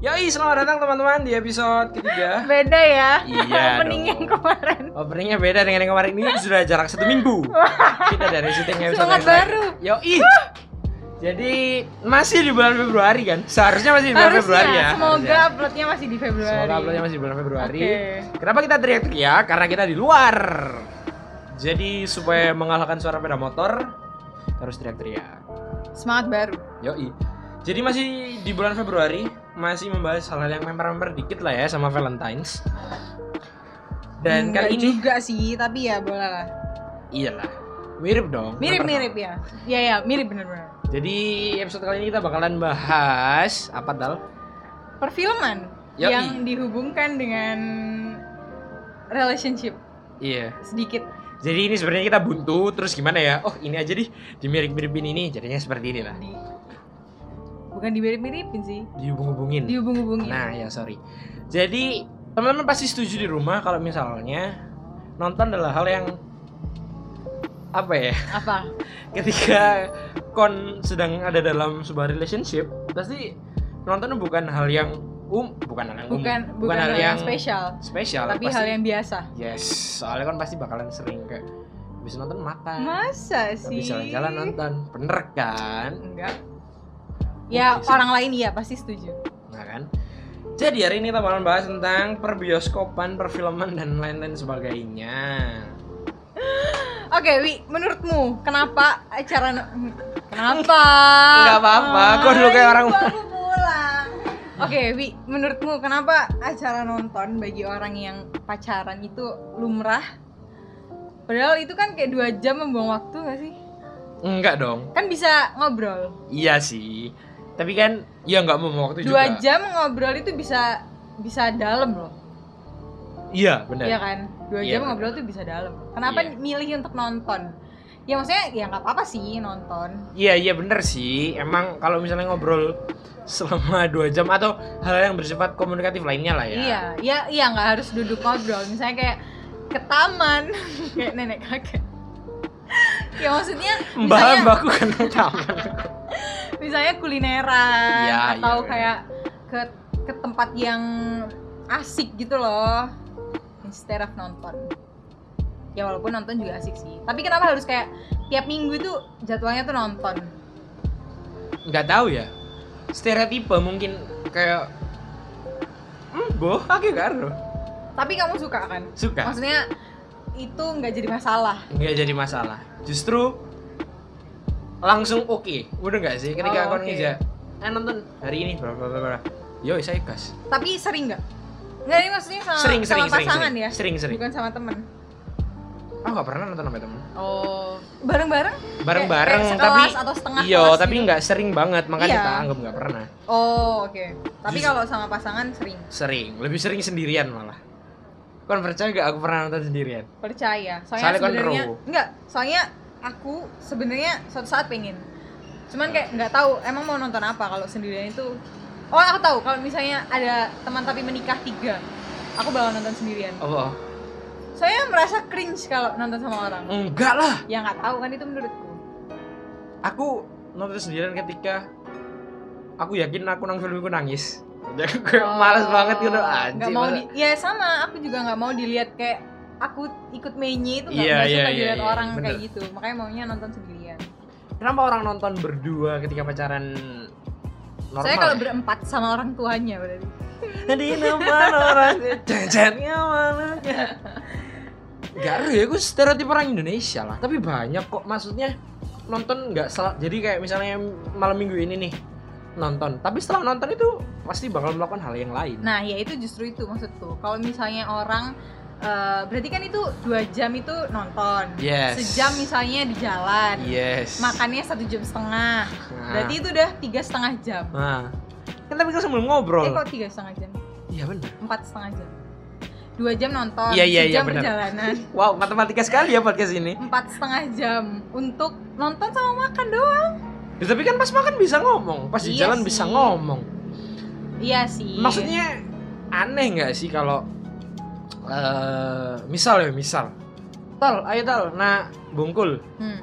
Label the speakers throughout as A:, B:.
A: Yoi, selamat datang teman-teman di episode ketiga.
B: Beda ya.
A: Iya
B: Opening
A: dong.
B: yang kemarin.
A: Openingnya beda dengan yang kemarin ini sudah jarak satu minggu. Kita dari syuting episode
B: Semangat
A: yang terakhir.
B: baru.
A: Yoi. Jadi masih di bulan Februari kan? Seharusnya masih di bulan
B: Harusnya,
A: Februari ya.
B: semoga
A: harusnya.
B: uploadnya masih di Februari.
A: Semoga uploadnya masih di bulan Februari.
B: Oke.
A: Kenapa kita teriak-teriak? Karena kita di luar. Jadi supaya mengalahkan suara sepeda motor harus teriak-teriak.
B: Semangat baru.
A: Yoi. Jadi masih di bulan Februari masih membahas hal-hal yang member-member dikit lah ya sama Valentine's. Dan
B: Enggak
A: kali ini
B: juga sih, tapi ya boleh lah.
A: iyalah mirip dong.
B: Mirip-mirip
A: member.
B: ya. Iya ya, mirip bener-bener.
A: Jadi episode kali ini kita bakalan bahas apa dal?
B: Perfilman
A: Yoi.
B: yang dihubungkan dengan relationship
A: Iya.
B: sedikit.
A: Jadi ini sebenarnya kita buntu terus gimana ya? Oh ini aja dih dimirip-miripin ini jadinya seperti inilah.
B: Di- Bukan dimirip-miripin sih,
A: Dihubung-hubungin.
B: dihubung-hubungin.
A: Nah ya sorry. Jadi teman-teman pasti setuju di rumah kalau misalnya nonton adalah hal yang apa ya?
B: Apa?
A: Ketika kon sedang ada dalam sebuah relationship pasti nonton bukan hal yang um bukan hal yang
B: Bukan
A: umum.
B: bukan, hal yang spesial,
A: spesial,
B: tapi
A: pasti-
B: hal yang biasa.
A: yes soalnya kon pasti bakalan sering kayak habis nonton makan
B: Masa sih?
A: habis jalan-jalan nonton bener kan
B: Enggak. Ya
A: Oke, sih.
B: orang lain iya pasti setuju.
A: Nah kan? Jadi hari ini kita bakalan bahas tentang perbioskopan, perfilman dan lain-lain sebagainya.
B: Oke, Wi, menurutmu kenapa acara no- kenapa?
A: Nggak apa-apa, kok dulu kayak
B: Ay,
A: orang-
B: baru pulang. Oke, Wi, menurutmu kenapa acara nonton bagi orang yang pacaran itu lumrah? Padahal itu kan kayak dua jam membuang waktu gak sih?
A: Enggak dong.
B: Kan bisa ngobrol.
A: Iya sih. Tapi kan ya nggak mau waktu
B: Dua
A: juga.
B: jam ngobrol itu bisa bisa dalam loh.
A: Iya, benar.
B: Iya kan? Dua
A: Iya,
B: jam
A: bener.
B: ngobrol tuh bisa dalam. Kenapa
A: Iya.
B: milih untuk nonton? Ya maksudnya ya nggak apa-apa sih nonton.
A: Iya, iya benar sih. Emang kalau misalnya ngobrol selama dua jam atau hal yang bersifat komunikatif lainnya lah ya.
B: Iya, iya iya nggak harus duduk ngobrol. Misalnya kayak ke taman kayak nenek kakek. ya maksudnya misalnya,
A: Mbak, mbakku kan taman.
B: misalnya kulineran
A: Iya,
B: atau
A: iya,
B: kayak ke ke tempat yang asik gitu loh. Instead of nonton. Ya walaupun nonton juga asik sih. Tapi kenapa harus kayak tiap minggu itu jadwalnya tuh nonton?
A: nggak tahu ya. Stereotipe mungkin kayak Hmm, boh, aku karo.
B: Tapi kamu suka kan?
A: Suka.
B: Maksudnya itu nggak jadi masalah.
A: nggak jadi masalah justru langsung oke udah nggak sih ketika
B: Oh,
A: aku
B: oke.
A: ngeja eh nonton hari ini bla bla bla bla yo saya gas
B: Tapi sering nggak? Nggak ini maksudnya sama,
A: sering
B: Nah, sama
A: sering sering
B: pasangan
A: sering
B: ya,
A: sering sering
B: bukan sama temen.
A: aku nggak pernah nonton sama temen
B: Oh, bareng-bareng?
A: bareng bareng
B: Kayak- kayak
A: tapi
B: sekelas atau setengah
A: iyo
B: kelas
A: tapi
B: gitu.
A: nggak sering banget makanya
B: Iya.
A: kita anggap nggak pernah
B: Oh, oke. Tapi
A: Just-
B: kalau sama pasangan sering.
A: sering lebih sering sendirian malah kon percaya gak aku pernah nonton sendirian
B: Percaya. Soalnya
A: Soalnya kan
B: sebenarnya
A: ro.
B: nggak. Soalnya aku sebenarnya suatu saat pengen. Cuman kayak nggak tahu emang mau nonton apa kalau sendirian itu. Oh, aku tahu kalau misalnya ada teman tapi menikah tiga, aku bakal nonton sendirian.
A: oh, oh.
B: Saya merasa cringe kalau nonton sama orang.
A: enggak lah
B: yang nggak tahu kan itu menurutku
A: aku nonton sendirian ketika aku yakin aku nang filmku nangis Jadi aku kayak males banget gitu anjir
B: Oh. nggak mau
A: masa-
B: di- ya sama aku juga nggak mau dilihat kayak aku ikut mainnya itu nggak
A: Iya,
B: nggak
A: iya,
B: suka
A: iya,
B: dilihat
A: iya,
B: orang
A: bener.
B: kayak gitu makanya maunya nonton sendirian
A: Kenapa orang nonton berdua ketika pacaran normal?
B: saya kalau
A: ya?
B: berempat sama orang tuanya berarti
A: di depan orang cecetnya mana? Gak ada ya, gue stereotip orang Indonesia lah. Tapi banyak kok, maksudnya nonton nggak salah. Jadi kayak misalnya malam minggu ini nih nonton, tapi setelah nonton itu pasti bakal melakukan hal yang lain.
B: nah ya itu justru itu maksudku kalau misalnya orang eh, berarti kan itu dua jam itu nonton
A: Yes. Iya.
B: sejam misalnya di jalan
A: yes.
B: makannya satu jam setengah
A: Nah.
B: berarti itu udah tiga setengah jam
A: Nah. Kan tapi kan sebelum
B: eh
A: ngobrol.
B: kok tiga setengah jam
A: Iya benar.
B: empat setengah jam dua jam nonton
A: Iya, iya, iya,
B: sejam
A: bener.
B: perjalanan
A: Wow, matematika sekali ya podcast ini.
B: empat setengah jam untuk nonton sama makan doang
A: Ya, tapi kan pas makan bisa ngomong, pas di
B: Iya
A: jalan bisa
B: sih.
A: ngomong.
B: iya sih
A: maksudnya aneh nggak sih kalau eh misal ya misal tal ayo tal nah bungkul
B: Hmm.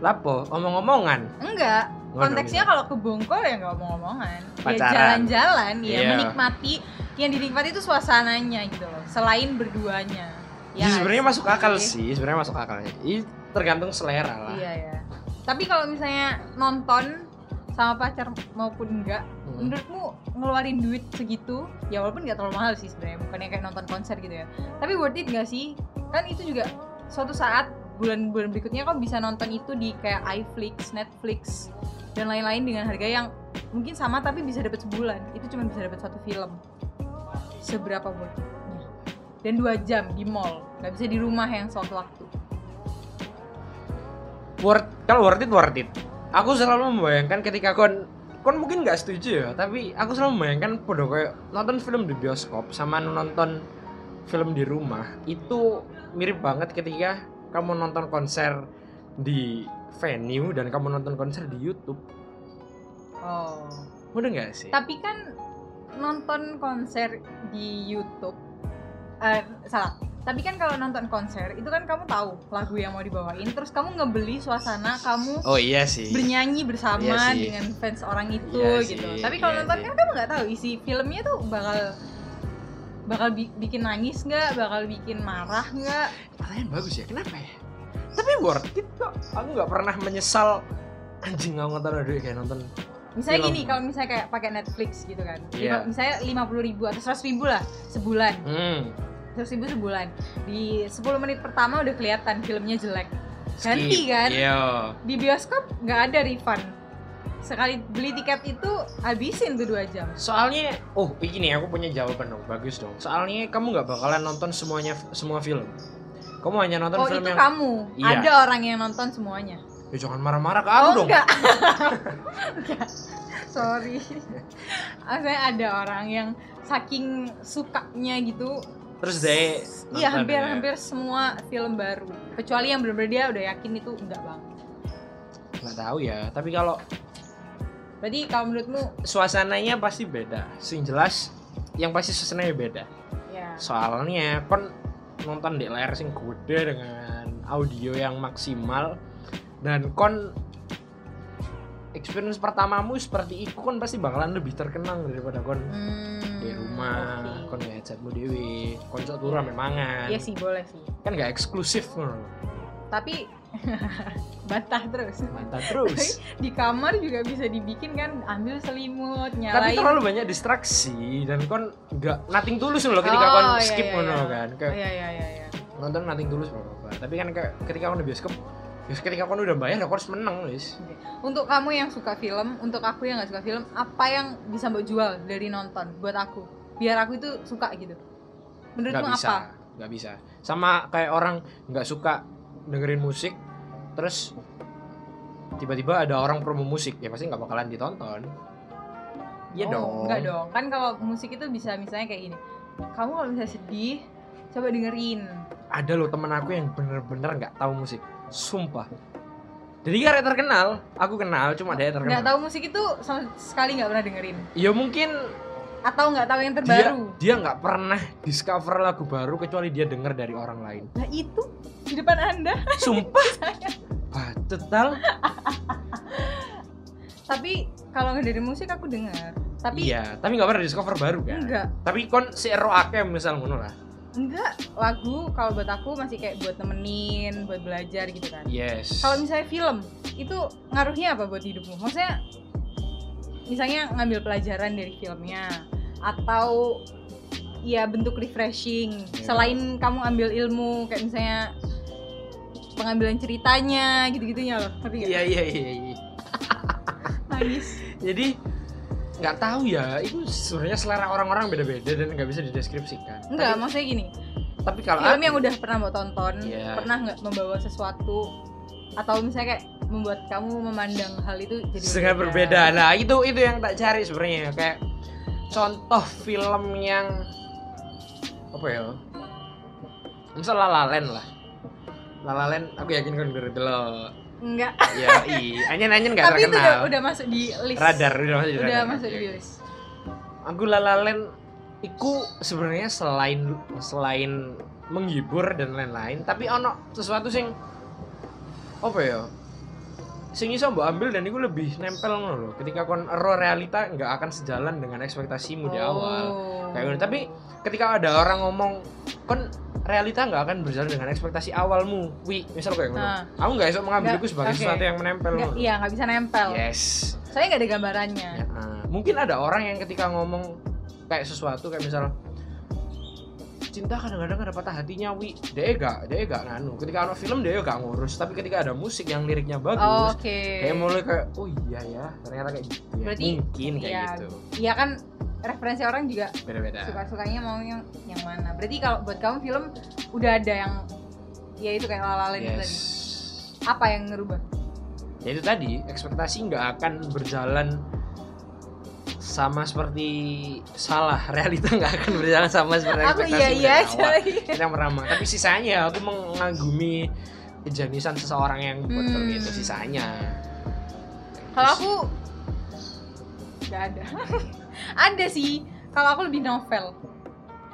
A: lapo omong-omongan
B: enggak konteksnya kalau ke Bungkol ya nggak ngomong-ngomongan ya
A: Pacaran.
B: jalan-jalan ya
A: Iya.
B: menikmati yang dinikmati itu suasananya gitu loh selain berduanya
A: ya, sebenarnya
B: nggak Iya.
A: masuk akal
B: Oke.
A: sih sebenarnya masuk akalnya Ih, tergantung selera lah
B: iya ya tapi kalau misalnya nonton sama pacar maupun enggak
A: Hmm.
B: menurutmu ngeluarin duit segitu ya walaupun nggak terlalu mahal sih sebenarnya bukannya kayak nonton konser gitu ya tapi worth it nggak sih kan itu juga suatu saat bulan-bulan berikutnya kau bisa nonton itu di kayak iFlix, Netflix dan lain-lain dengan harga yang mungkin sama tapi bisa dapat sebulan itu cuma bisa dapat satu film seberapa worth it-nya? dan dua jam di mall nggak bisa di rumah yang sewaktu waktu
A: worth kalau worth it worth it aku selalu membayangkan ketika kon kon mungkin nggak setuju ya tapi aku selalu membayangkan podo kayak nonton film di bioskop sama nonton film di rumah itu mirip banget ketika kamu nonton konser di venue dan kamu nonton konser di YouTube
B: oh
A: udah nggak sih
B: tapi kan nonton konser di YouTube eh, salah tapi kan kalau nonton konser itu kan kamu tahu lagu yang mau dibawain terus kamu ngebeli suasana kamu
A: oh iya sih
B: bernyanyi bersama
A: Iya sih.
B: dengan fans orang itu
A: Iya sih,
B: gitu tapi kalau
A: iya
B: nonton
A: sih.
B: kan kamu nggak tahu isi filmnya tuh bakal bakal bi- bikin nangis nggak bakal bikin marah nggak
A: pertanyaan bagus ya kenapa ya tapi worth it kok aku nggak pernah menyesal anjing nggak nonton aduh kayak nonton
B: misalnya
A: Film.
B: gini kalau misalnya kayak pakai Netflix gitu kan
A: Iya.
B: Lima- misalnya lima puluh ribu atau seratus ribu lah sebulan
A: hmm,
B: seratus ribu sebulan di 10 menit pertama udah kelihatan filmnya jelek ganti
A: skip.
B: kan
A: Iya.
B: di bioskop nggak ada refund sekali beli tiket itu habisin tuh dua jam
A: Soalnya, oh ini aku punya jawaban dong, bagus dong. Soalnya kamu nggak bakalan nonton semuanya semua film. Kamu hanya nonton
B: oh
A: film
B: itu
A: yang
B: kamu
A: Iya.
B: ada orang yang nonton semuanya
A: Ya, jangan marah-marah ke aku
B: oh
A: dong.
B: enggak Enggak. sorry saya ada orang yang saking sukanya gitu
A: Terus deh. nonton
B: iya hampir
A: ya.
B: hampir semua film baru kecuali yang bener-bener dia udah yakin itu enggak bang
A: Nggak tahu ya, tapi kalau
B: berarti kalau menurutmu
A: suasananya pasti beda. Sing jelas yang pasti suasananya beda.
B: ya
A: Soalnya kon nonton di layar sing gede dengan audio yang maksimal dan kon experience pertamamu seperti itu kon pasti bakalan lebih terkenang daripada kon
B: Hmm,
A: di rumah
B: oke.
A: kon nggak headsetmu dewi konco turu sampe mangan
B: Iya sih boleh sih.
A: kan nggak eksklusif ngono
B: Tapi bantah terus.
A: mantap terus
B: Di kamar juga bisa dibikin kan ambil selimut,
A: tapi
B: nyalain.
A: terlalu banyak distraksi dan kon nggak nothing tulus loh ketika
B: Oh,
A: kon
B: iya,
A: skip
B: iya,
A: ngono
B: iya.
A: kan
B: Oh,
A: kayak
B: iya iya iya iya.
A: nonton nothing tulus apa apa tapi kan kayak ketika kon di bioskop ya ketika kon udah bayar ya kon harus menang wis
B: Oke. Untuk kamu yang suka film, untuk aku yang nggak suka film, apa yang bisa mbak jual dari nonton buat aku? Biar aku itu suka gitu.
A: nggak
B: Menurutmu
A: bisa
B: apa?
A: nggak bisa sama kayak orang nggak suka dengerin musik terus tiba-tiba ada orang promo musik ya pasti nggak bakalan ditonton Iya
B: Oh,
A: dong.
B: Enggak dong. Kan kalau musik itu bisa misalnya kayak ini. Kamu kalau misalnya sedih, coba dengerin.
A: ada loh temen aku yang bener-bener nggak tahu musik sumpah jadi karena terkenal aku kenal cuma dia
B: Nggak
A: terkenal
B: tahu musik itu sama sekali nggak pernah dengerin.
A: ya mungkin
B: Atau nggak tahu yang
A: dia
B: terbaru.
A: dia nggak pernah discover lagu baru kecuali dia denger dari orang lain
B: Nah itu di depan anda.
A: sumpah bacet tal
B: Tapi kalau dari musik aku dengar. Tapi Hmm.
A: iya tapi nggak pernah discover baru kan
B: enggak,
A: tapi kon si ero akeh misal ngono lah
B: enggak lagu kalau buat aku masih kayak buat nemenin, buat belajar gitu kan.
A: yes
B: Kalau misalnya film itu ngaruhnya apa buat hidupmu? Maksudnya misalnya ngambil pelajaran dari filmnya atau ya bentuk refreshing
A: Iya.
B: selain kamu ambil ilmu kayak misalnya pengambilan ceritanya gitu-gitunya loh ngerti nggak?
A: iya iya iya iya.
B: nangis
A: jadi nggak tahu ya itu sebenarnya selera orang-orang beda-beda dan nggak bisa dideskripsikan
B: enggak
A: tapi,
B: maksudnya gini
A: tapi kalau
B: film
A: aku-
B: yang udah pernah mau tonton
A: Iya.
B: pernah nggak membawa sesuatu atau misalnya kayak membuat kamu memandang hal itu jadi
A: sangat berbeda. Nah, itu itu yang tak cari sebenarnya kayak contoh film yang apa ya? Misal La La Land lah. La La Land aku yakin kan udah delok.
B: enggak
A: Ya, i. Anyen-anyen gak
B: tapi itu udah,
A: terkenal.
B: udah masuk di list
A: radar udah masuk di
B: udah
A: radar. iya.
B: masuk
A: Oke,
B: di
A: oke.
B: list
A: Aku La La Land iku sebenarnya selain selain menghibur dan lain-lain, tapi ono sesuatu sing apa ya? sing iso mbok ambil dan itu lebih nempel ngono loh. Ketika kon ero realita nggak akan sejalan dengan ekspektasimu
B: Oh.
A: di awal. Kayak gitu. Tapi ketika ada orang ngomong kon realita nggak akan berjalan dengan ekspektasi awalmu. Wi, misal kayak ngono.
B: Nah.
A: Aku nggak iso mengambil
B: Nggak,
A: itu sebagai
B: oke.
A: sesuatu yang menempel.
B: Nggak-
A: ngono.
B: iya nggak bisa nempel
A: Yes.
B: soalnya nggak ada gambarannya
A: Ya, nah, mungkin ada orang yang ketika ngomong kayak sesuatu kayak misal cinta kadang-kadang ada patah hatinya wi dia gak dia gak nganu ketika ada film dia gak ngurus tapi ketika ada musik yang liriknya
B: Oh,
A: bagus
B: oke
A: kayak mulai kayak oh iya ya ternyata kayak gitu ya.
B: Berarti,
A: mungkin kayak
B: iya.
A: gitu
B: iya kan referensi orang juga
A: beda-beda
B: suka-sukanya mau yang yang mana berarti kalau buat kamu film udah ada yang ya itu kayak lalalain
A: yes
B: tadi apa yang ngerubah
A: ya itu tadi ekspektasi nggak akan berjalan sama seperti salah realita nggak akan berjalan sama seperti
B: aku
A: ekspektasi
B: iya iya
A: dari awal.
B: aja iya.
A: kita meramal tapi sisanya aku mengagumi kejeniusan seseorang yang buat film
B: Hmm.
A: itu sisanya
B: kalau aku nggak ada ada sih kalau aku lebih novel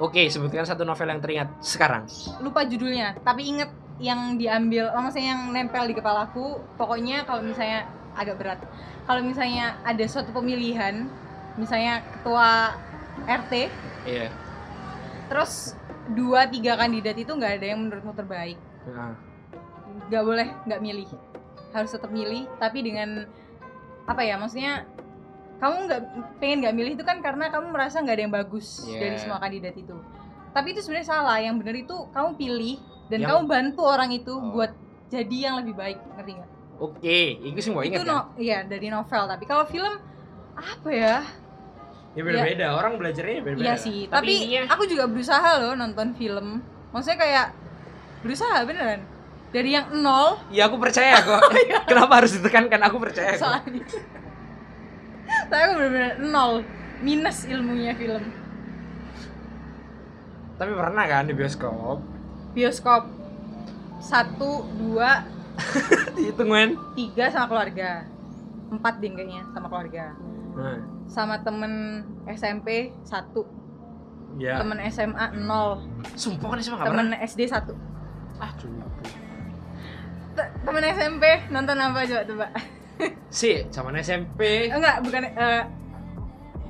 A: oke sebutkan satu novel yang teringat sekarang
B: lupa judulnya tapi inget yang diambil oh, maksudnya yang nempel di kepalaku pokoknya kalau misalnya agak berat kalau misalnya ada suatu pemilihan misalnya ketua RT
A: iya
B: terus dua tiga kandidat itu nggak ada yang menurutmu terbaik
A: Nah,
B: nggak boleh nggak milih harus tetap milih tapi dengan apa ya maksudnya kamu nggak pengen nggak milih itu kan karena kamu merasa nggak ada yang bagus
A: Yeah.
B: dari semua kandidat itu tapi itu sebenarnya salah yang benar itu kamu pilih dan
A: Yang-
B: kamu bantu orang itu
A: Oh.
B: buat jadi yang lebih baik ngerti nggak
A: oke itu sih mau
B: itu
A: ingat
B: no
A: ya
B: iya dari novel tapi kalau film apa ya
A: ya beda-beda orang belajarnya ya beda-beda
B: iya
A: lah.
B: sih
A: tapi,
B: tapi,
A: intinya
B: aku juga berusaha loh nonton film maksudnya kayak berusaha beneran dari yang nol
A: ya aku percaya kok
B: Oh, iya.
A: kenapa harus ditekankan aku percaya kok
B: soalnya saya aku bener-bener nol minus ilmunya film
A: tapi pernah kan di bioskop
B: bioskop satu dua
A: dihitungin
B: tiga sama keluarga empat deh kayaknya sama keluarga
A: nah,
B: sama temen SMP satu
A: ya
B: temen SMA nol
A: sumpah kan semua nggak pernah
B: temen SD satu
A: ah cuy
B: Te- temen SMP nonton apa coba coba
A: si zaman SMP
B: enggak bukan eh,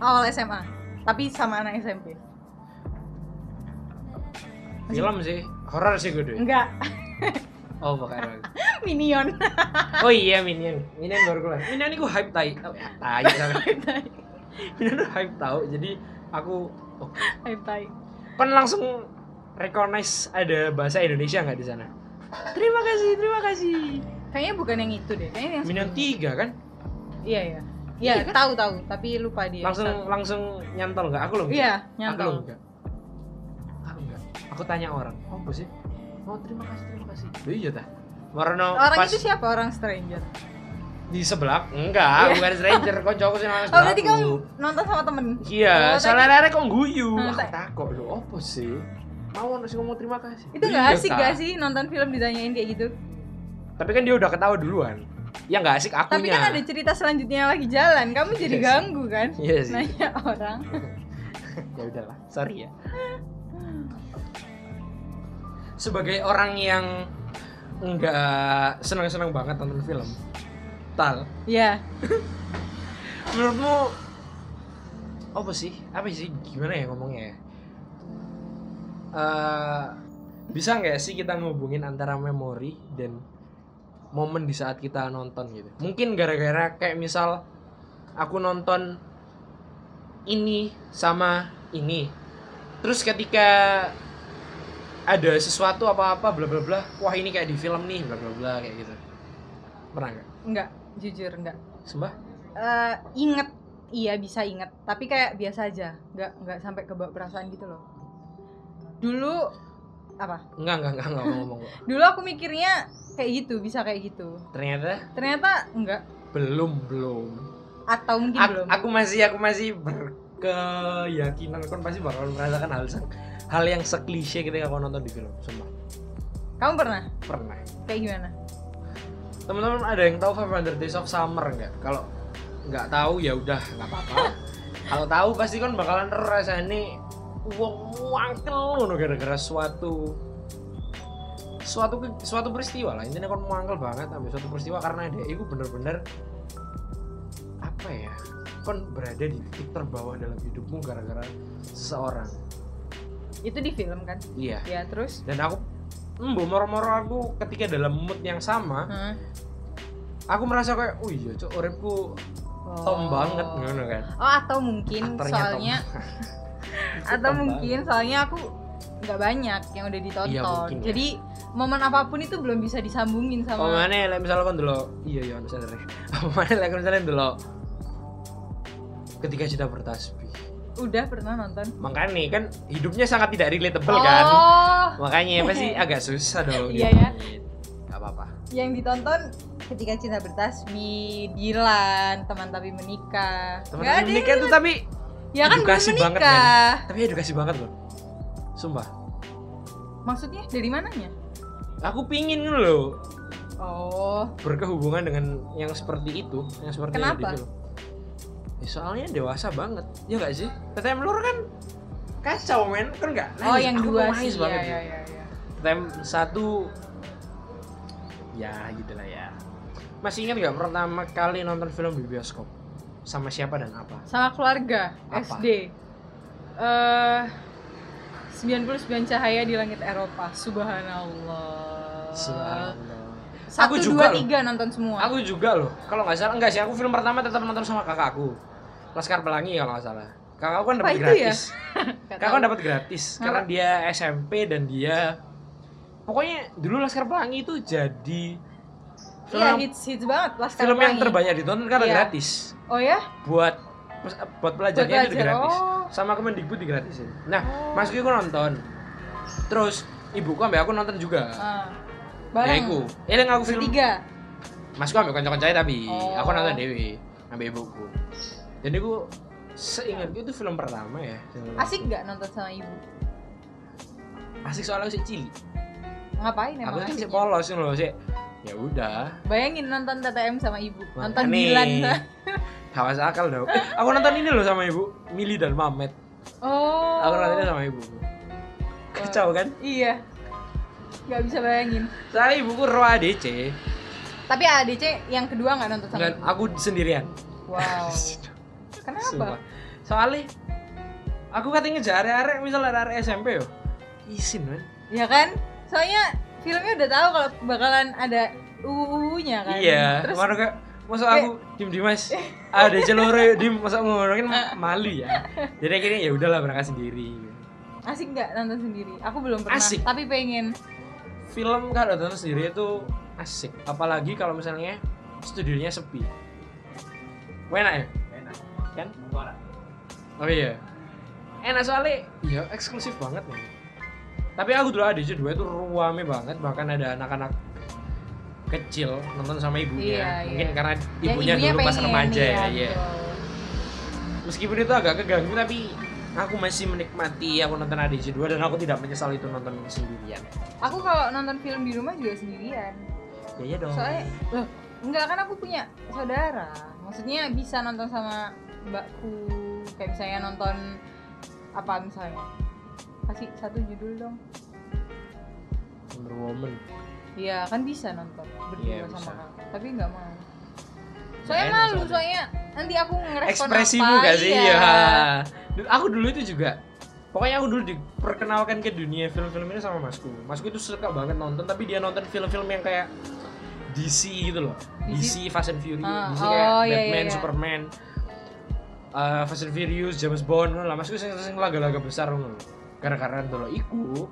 B: awal SMA tapi sama anak SMP
A: film sih horor sih gue deh
B: enggak
A: oh bukan
B: minion
A: Oh iya Minion, Minion baru keluar. Minion ini gue hype tai, oh, ya, tai jangan. Minion tuh hype tau, jadi aku oh.
B: Hai, bye
A: kan langsung recognize ada bahasa Indonesia nggak di sana? Terima kasih, terima kasih.
B: kayaknya bukan yang itu deh kayaknya yang
A: Minion 3 kan,
B: Iya iya. Iya,
A: Iya kan?
B: tahu tahu, tapi lupa dia.
A: langsung
B: Iya, Satu.
A: langsung nyantol nggak? Aku loh. Aku
B: Iya,
A: loh
B: nyantol.
A: enggak. Aku enggak. Aku tanya orang, oh apa sih? Oh terima kasih, terima kasih. Loh, iya dah. Marono
B: Orang
A: pas
B: itu siapa? Orang stranger.
A: di sebelah, enggak,
B: Iya.
A: bukan stranger, kocokku sih namanya
B: Oh, berarti
A: sebelahku.
B: kamu nonton sama temen?
A: Iya,
B: Oh,
A: soalnya Rere kok guyu.
B: Hmm,
A: Aku
B: tak-
A: takut lho, apa sih? Mau harus ngomong terima kasih.
B: Itu
A: Iya,
B: nggak asik
A: Kak.
B: gak sih nonton film ditanyain kayak gitu?
A: Tapi kan dia udah ketawa duluan. Ya nggak asik akunya.
B: Tapi kan ada cerita selanjutnya lagi jalan, kamu jadi
A: Iya sih.
B: ganggu kan?
A: Iya sih.
B: Nanya orang.
A: Ya udahlah, sorry ya. Sebagai orang yang nggak seneng-seneng banget nonton film, tal,
B: Iya.
A: menurutmu apa sih? Apa sih? Gimana ya ngomongnya? ya? Eh, bisa nggak sih kita ngehubungin antara memori dan momen di saat kita nonton gitu? Mungkin gara-gara kayak misal aku nonton ini sama ini, terus ketika ada sesuatu apa-apa bla bla bla, wah ini kayak di film nih bla bla bla kayak gitu. Pernah nggak?
B: Enggak, jujur enggak.
A: Sembah?
B: Eh, inget iya bisa inget tapi kayak biasa aja nggak nggak sampai ke perasaan gitu loh dulu apa
A: Enggak enggak enggak enggak ngomong. kok.
B: dulu aku mikirnya kayak gitu bisa kayak gitu
A: Ternyata
B: ternyata enggak
A: belum belum
B: atau mungkin
A: aku,
B: belum
A: aku masih aku masih berkeyakinan kon pasti bakal merasakan hal se- hal yang seklise ketika kau nonton di film sumpah
B: kamu pernah
A: pernah
B: kayak gimana
A: teman-teman ada yang tahu 500 Days of Summer nggak kalau nggak tahu ya udah nggak apa-apa kalau tahu pasti kon bakalan ya. rasanya uang wangkel ngono gara-gara suatu suatu ke- suatu peristiwa lah intinya kon mangkel banget ambil suatu peristiwa karena dia itu bener-bener apa ya kon berada di titik terbawah dalam hidupmu gara-gara seseorang
B: itu di film kan
A: iya
B: ya terus
A: dan aku embo moro-moro aku ketika dalam mood yang sama
B: Hah?
A: aku merasa kayak oh iya cok uripku
B: Oh.
A: tom banget ngono kan
B: oh atau mungkin
A: Aktornya tom.
B: soalnya
A: Itu
B: atau
A: tom
B: mungkin soalnya aku nggak banyak yang udah ditonton
A: Iya, mungkin ya.
B: jadi momen apapun itu belum bisa disambungin
A: Apa
B: sama
A: Oh, mana lek misalnya kan dulu iya iya anu sadar. Apa mana lek kon misalnya dulu ketika cinta bertasbih.
B: udah pernah nonton
A: Makanya kan hidupnya sangat tidak relatable kan.
B: oh
A: Makanya pasti agak susah dong.
B: Iya ya.
A: Gak apa-apa.
B: yang ditonton ketika cinta bertasbih Dilan teman tapi menikah
A: Teman teman
B: Nggak ada yang
A: menikah tuh tapi
B: ya kan belum
A: edukasi banget,
B: menikah
A: tapi edukasi banget loh. Sumpah.
B: maksudnya dari mananya
A: Aku pingin loh
B: oh
A: berkehubungan dengan yang seperti itu, yang seperti
B: Kenapa?
A: itu. loh. Ya, soalnya dewasa banget, ya gak sih? TTM Lur kan kacau men, kan enggak?
B: oh yang dua sih
A: nangis banget.
B: ya, ya, ya, ya.
A: TTM satu, ya gitulah ya. Masih ingat nggak pertama kali nonton film di bioskop? Sama siapa dan apa?
B: sama keluarga
A: Apa?
B: SD eh 99 cahaya di langit Eropa subhanallah Eh,
A: Subhanallah.
B: satu
A: Aku juga
B: dua
A: loh.
B: tiga nonton semua
A: Aku juga loh, kalau nggak salah enggak sih. Aku film pertama tetap nonton sama kakakku, Laskar Pelangi kalau nggak salah. Kakakku kan
B: Apa
A: dapat
B: itu ya?
A: gratis.
B: Nggak
A: Kakak
B: tahu.
A: dapat gratis
B: Hah?
A: karena dia SMP dan dia pokoknya dulu Laskar Pelangi itu jadi film,
B: iya
A: yang-
B: hits hits banget Laskar
A: film yang
B: Pelangi.
A: terbanyak ditonton karena
B: Iya.
A: gratis
B: oh ya
A: buat buat
B: buat
A: pelajarnya itu
B: belajar
A: gratis
B: oh
A: sama Kemendikbud digratisin. Nah,
B: Oh.
A: Mas aku nonton. Terus ibuku ambek aku nonton juga. Ya
B: Ah. bareng
A: iku. Eling aku film
B: bertiga
A: Masku ambil kanca-kancanya tapi
B: Oh.
A: aku nonton dewi ambil ibuku. Jadi aku seingatku itu film pertama ya.
B: asik nggak nonton sama ibu
A: Asik soalnya aku sih cili.
B: ngapain
A: aku
B: emang
A: kan sih
B: asiknya?
A: polos kan loh sih ya udah
B: bayangin nonton TTM sama ibu nonton
A: Makanya.
B: Dilan
A: Hawas akal dong Eh, aku nonton ini loh sama ibu Mili dan Mamet
B: oh
A: aku nonton ini sama ibu kacau kan
B: iya nggak bisa bayangin
A: saya ibuku roh ADC
B: tapi ADC yang kedua nggak nonton sama
A: dan
B: ibu Oh.
A: aku sendirian
B: wow
A: Sumpah.
B: kenapa
A: soalnya aku kan katanya ngejar arek misalnya arek SMP yo izin kan
B: ya kan soalnya filmnya udah tahu kalau bakalan ada uuunya kan
A: iya
B: terus Eh.
A: mana kayak masa aku diem diem mas ada celoro yuk dim masa ngomongin malu ya jadi akhirnya ya udahlah berangkat sendiri
B: asik nggak nonton sendiri aku belum pernah
A: Asik.
B: tapi pengen
A: film kalau datang sendiri itu asik apalagi kalau misalnya studionya sepi enak ya kan oh iya enak soalnya ya eksklusif banget nih tapi aku dulu ada dua itu ruame banget bahkan ada anak-anak kecil nonton sama ibunya
B: Iya,
A: mungkin
B: iya.
A: karena
B: Ya,
A: ibunya, dulu pas
B: pengen,
A: remaja ya iya.
B: betul.
A: meskipun itu agak keganggu tapi aku masih menikmati aku nonton ADC 2 dan aku tidak menyesal itu nonton sendirian
B: aku kalau nonton film di rumah juga sendirian
A: ya iya dong
B: soalnya loh enggak kan aku punya saudara maksudnya bisa nonton sama mbakku kayak misalnya nonton apa misalnya kasih satu judul dong
A: Wonder Woman
B: iya kan bisa nonton berdua
A: Iya, bisa.
B: sama kamu tapi nggak mau soalnya
A: enak
B: malu
A: soalnya.
B: soalnya nanti aku ngerespon
A: ekspresimu
B: apa,
A: gak sih?
B: iya.
A: Ya. Du- Aku dulu itu juga. Pokoknya aku dulu diperkenalkan ke dunia film-film ini sama masku. Masku itu suka banget nonton, tapi dia nonton film-film yang kayak DC gitu loh. DC, Fast and Furious,
B: Ah,
A: DC kayak
B: oh, iya, iya,
A: Batman,
B: iya.
A: Superman, eh, Fast and Furious, James Bond, ngono lah. Masku sering-sering laga-laga besar ngono. Gara-gara ndelok iku,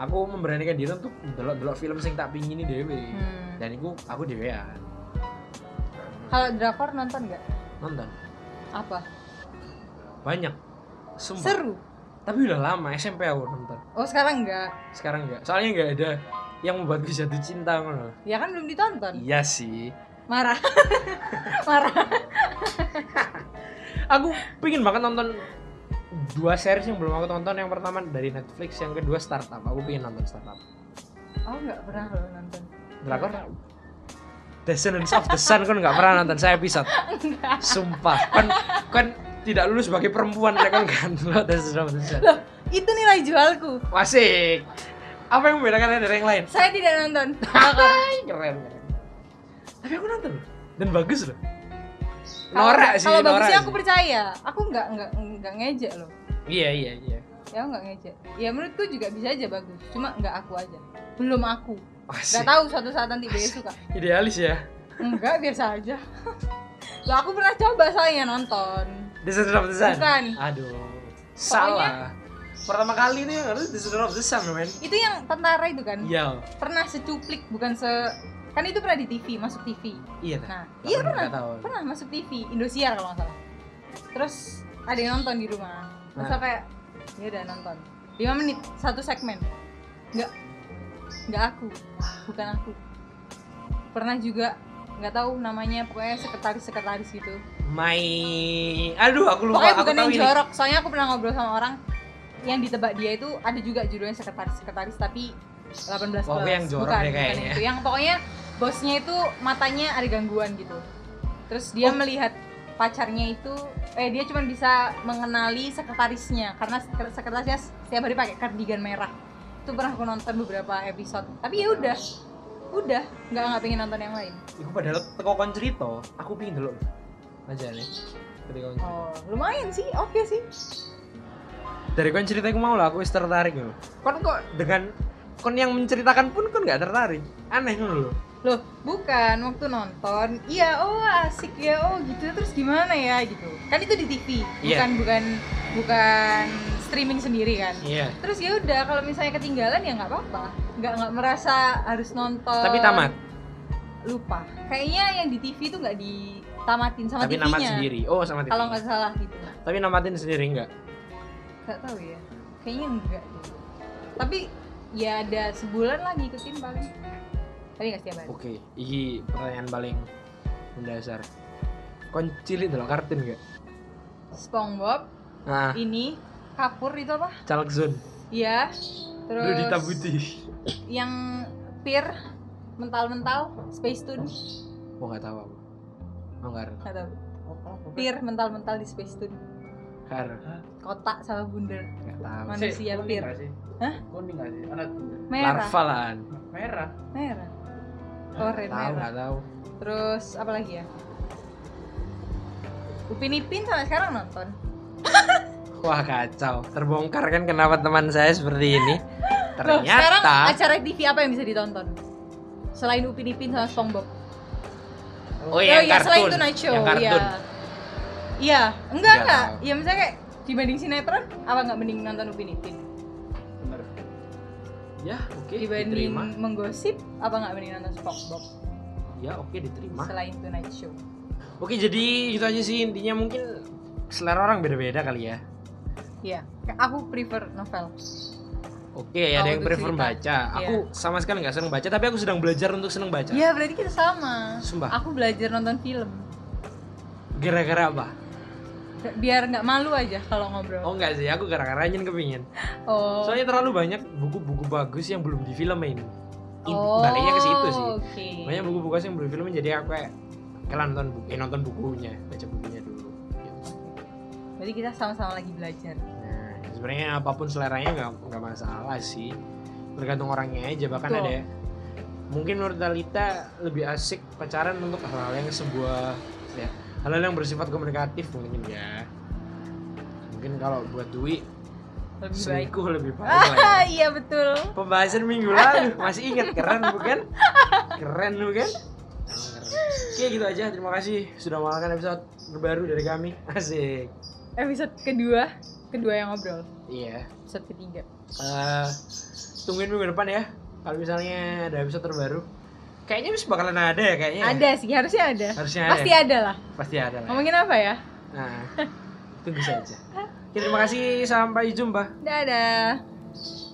A: aku memberanikan diri untuk ndelok-ndelok film sing tak pingini dhewe.
B: Hmm.
A: Dan iku aku dhewean
B: kalau drakor nonton nggak
A: nonton
B: apa
A: banyak. Sumpah.
B: seru
A: Tapi udah lama SMP aku nonton.
B: oh sekarang nggak
A: Sekarang enggak. Soalnya enggak ada yang membuatku jatuh cinta ngono.
B: ya kan belum ditonton
A: Iya sih.
B: marah marah
A: Aku pingin banget nonton dua series yang belum aku tonton. Yang pertama dari Netflix, yang kedua Startup. Aku pingin nonton Startup.
B: oh nggak pernah loh nonton
A: Drakor? Descendants of the Sun kan nggak pernah nonton saya episode. Sumpah. Kan kan tidak lulus sebagai ya perempuan nek kan kan lo Descendants of the Sun.
B: Loh, itu nilai jualku.
A: Wasik. apa yang membedakan anda dari yang lain
B: Saya tidak nonton.
A: Hai, keren keren. tapi aku nonton loh. dan bagus loh
B: Kalau-
A: norak sih
B: Kalau
A: norak
B: bagusnya aku
A: sih.
B: percaya. Aku nggak nggak nggak ngejek loh.
A: iya iya iya
B: Ya aku nggak ngejek. Ya menurutku juga bisa aja bagus. Cuma nggak aku aja. Belum aku.
A: Asik.
B: Nggak tahu suatu saat nanti dia suka.
A: Oh, idealis ya
B: Enggak biasa aja. Loh aku pernah coba soalnya nonton.
A: The Center of the Sun
B: Bukan.
A: aduh salah pertama kali nih harus The Center of the Sun men
B: Itu yang tentara itu kan?
A: iya
B: Pernah secuplik bukan se kan itu pernah di TV masuk TV.
A: iya nah
B: Nah, iya
A: pernah,
B: pernah.
A: nggak tahu.
B: Pernah masuk TV, Indosiar kalau nggak salah. Terus ada yang nonton di rumah. Terus
A: Nah.
B: aku kayak ya udah nonton. 5 menit satu segmen. Nggak nggak aku, bukan aku. Pernah juga nggak tahu namanya pokoknya sekretaris sekretaris gitu.
A: my aduh aku lupa
B: Pokoknya
A: aku
B: bukan
A: tahu
B: yang
A: ini
B: jorok. Soalnya aku pernah ngobrol sama orang yang ditebak dia itu ada juga judulnya sekretaris sekretaris tapi 18 plus.
A: Pokoknya yang jorok
B: bukan,
A: deh
B: bukan
A: kayaknya.
B: itu. Yang pokoknya bosnya itu matanya ada gangguan gitu. Terus dia
A: Oh.
B: melihat pacarnya itu eh dia cuma bisa mengenali sekretarisnya karena sekre- sekretarisnya setiap hari pakai kardigan merah. Itu pernah aku nonton beberapa episode. Tapi ya udah. Udah, nggak nggak pengen nonton yang lain.
A: Iku padahal teko kon cerita, aku pingin dulu aja nih. Dari kon cerita.
B: Oh, lumayan sih, oke sih.
A: Dari kon cerita aku mau lah, aku wis tertarik loh. Kon kok dengan kon yang menceritakan pun kon nggak tertarik, aneh ngono loh.
B: loh bukan waktu nonton iya oh asik ya oh gitu terus gimana ya gitu kan itu di TV bukan
A: Iya.
B: bukan bukan streaming sendiri kan
A: Iya.
B: terus ya udah kalau misalnya ketinggalan ya nggak apa-apa nggak nggak merasa harus nonton
A: Tapi tamat,
B: lupa kayaknya yang di TV tuh nggak ditamatin sama
A: tapi
B: TV-nya
A: tamat sendiri. Oh, sama TV.
B: kalau nggak salah gitu
A: Tapi namatin sendiri enggak?
B: nggak tahu ya kayaknya enggak deh. tapi ya ada sebulan lah ngikutin paling tapi nggak setiap hari
A: Oke, iki pertanyaan paling mendasar. Kon cilik delok kartun enggak?
B: SpongeBob
A: Nah,
B: ini kapur itu apa?
A: Calak Zone,
B: Iya. Terus
A: Dodi Tabuti.
B: yang pir mental-mental Space Tune
A: Oh, enggak tahu aku. Oh, enggak.
B: nggak tahu. Pir mental-mental di Space Tune. Kotak sama bundel
A: Enggak tahu.
B: manusia pir. Hah?
C: Kuning nggak sih? Anak
B: Merah,
A: Larva lah.
C: merah.
B: merah.
A: Tahu
B: Oren merah.
A: enggak tahu.
B: Terus apa lagi ya? Upin Ipin sampai sekarang nonton.
A: Wah kacau, terbongkar kan kenapa teman saya seperti ini
B: Loh, sekarang
A: Ternyata
B: acara TV apa yang bisa ditonton? Selain Upin Ipin sama SpongeBob.
A: Oh yang
B: ya, selain
A: kartun
B: Tonight Show,
A: Yang kartun
B: ya. Iya, enggak
A: Iya.
B: enggak. Ya misalnya kayak dibanding sinetron, apa enggak mending nonton Upin Ipin?
C: Bener.
A: Ya oke
B: Dibanding
A: diterima
B: menggosip, apa enggak mending nonton SpongeBob?
A: Ya oke diterima
B: Selain Tonight Show.
A: Oke jadi itu aja sih intinya mungkin selera orang beda-beda kali ya
B: Iya, aku prefer novel.
A: Oke ada
B: Kalau
A: yang
B: Oh, untuk
A: prefer
B: cerita.
A: baca Aku sama sekali nggak seneng baca tapi aku sedang belajar untuk seneng baca
B: Iya, berarti kita sama.
A: Sumpah.
B: Aku belajar nonton film.
A: Gara-gara apa?
B: Biar nggak malu aja kalau ngobrol.
A: Oh enggak sih aku gara-gara ingin kepingin
B: Oh.
A: Soalnya terlalu banyak buku-buku bagus yang belum difilmin In-
B: Oh,
A: Baliknya ke situ sih
B: Oke.
A: banyak buku-buku asing yang belum film jadi aku kayak kayak nonton buku eh, nonton bukunya baca bukunya dulu gitu.
B: Berarti kita sama-sama lagi belajar.
A: nah sebenarnya apapun seleranya nggak nggak masalah sih tergantung orangnya aja bahkan
B: Betul.
A: ada ya, mungkin menurut Dalita lebih asik pacaran untuk hal-hal yang sebuah ya hal-hal yang bersifat komunikatif mungkin ya mungkin kalau buat Dwi
B: Lebih baik.
A: selingkuh lebih baik lah ya.
B: Ah, iya betul.
A: pembahasan minggu lalu masih ingat keren bukan keren bukan oke gitu aja terima kasih sudah menonton episode terbaru dari kami asik
B: Episode kedua, kedua yang ngobrol.
A: iya
B: Episode ketiga.
A: Eh, tungguin minggu depan ya kalau misalnya ada episode terbaru kayaknya bisa bakalan ada ya kayaknya ya?
B: Ada sih, harusnya ada.
A: harusnya ada
B: Pasti ada lah.
A: pasti ada lah ya.
B: Ngomongin apa ya?
A: nah tunggu saja Oke, terima kasih sampai jumpa
B: Dadah.